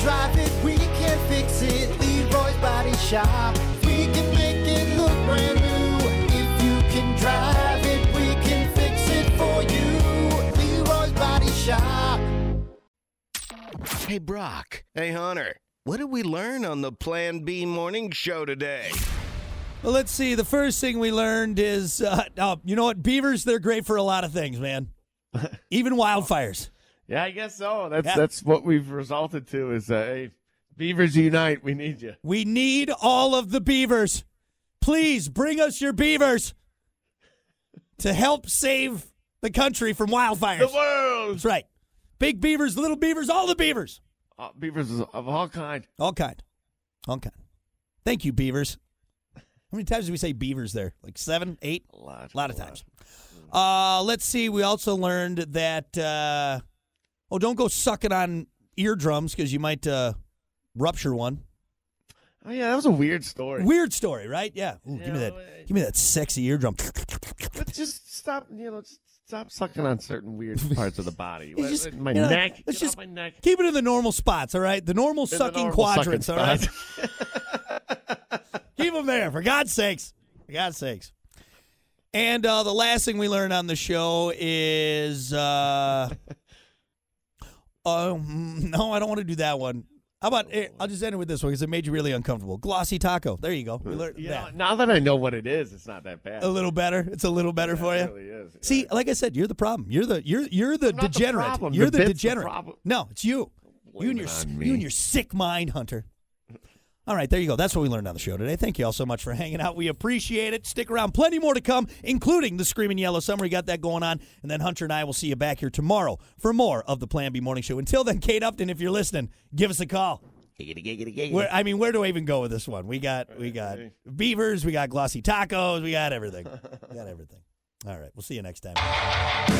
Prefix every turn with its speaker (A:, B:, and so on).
A: drive it, we can fix it. Leroy's Body Shop. We can make it look brand new. If you can drive it, we can fix it for you. Leroy's Body Shop.
B: Hey, Brock. Hey, Hunter. What did we learn on the Plan B morning show today?
C: Well, let's see. The first thing we learned is, uh, oh, you know what? Beavers, they're great for a lot of things, man. Even wildfires.
D: Yeah, I guess so. That's
C: Yeah.
D: that's what we've resulted to is uh, hey, Beavers unite. We need you.
C: We need all of the beavers. Please bring us your beavers to help save the country from
D: The
C: wildfires.
D: world.
C: That's right. Big beavers, little beavers, all the beavers.
D: Uh, beavers is of all kind.
C: All kind. All kind. Thank you, beavers. How many times did we say beavers there? Like seven, eight?
D: A lot.
C: A lot of times. Uh, let's see. We also learned that uh, oh, don't go sucking on eardrums because you might uh, rupture one.
D: Oh yeah, that was a weird story.
C: Weird story, right? Yeah. Ooh, give me
D: Yeah,
C: that.
D: wait.
C: Give me that sexy eardrum.
D: But just stop. You know, just stop sucking on certain weird parts of the body.
C: It's just,
D: my
C: you know,
D: neck.
C: it's
D: Get off
C: just-
D: my neck.
C: Keep it in the normal spots, all right? The normal
D: In the
C: sucking
D: normal
C: quadrants,
D: sucking
C: all right?
D: spot.
C: Keep them there, for God's sakes. For God's sakes. And uh, the last thing we learned on the show is uh, um, no, I don't want to do that one. How about eh, I'll just end it with this one because it made you really uncomfortable. Glossy taco. There you go. We learned
D: You know,
C: that.
D: now that I know what it is, it's not that bad.
C: A little better. It's a little better for you.
D: It really is.
C: See, like I said, you're the problem. You're the you're you're the
D: not the
C: degenerate.
D: problem.
C: You're
D: The
C: the,
D: bit's the
C: degenerate.
D: problem.
C: no, it's you.
D: Blame
C: you and your
D: it
C: s-
D: on me.
C: you and your sick mind, Hunter. All right, there you go. That's what we learned on the show today. Thank you all so much for hanging out. We appreciate it. Stick around. Plenty more to come, including the Screaming Yellow Summer. We got that going on. And then Hunter and I will see you back here tomorrow for more of the Plan B Morning Show. Until then, Kate Upton, if you're listening, give us a call. Where, I mean, where do I even go with this one? We got we got beavers, we got glossy tacos, we got everything. We got everything. All right, we'll see you next time.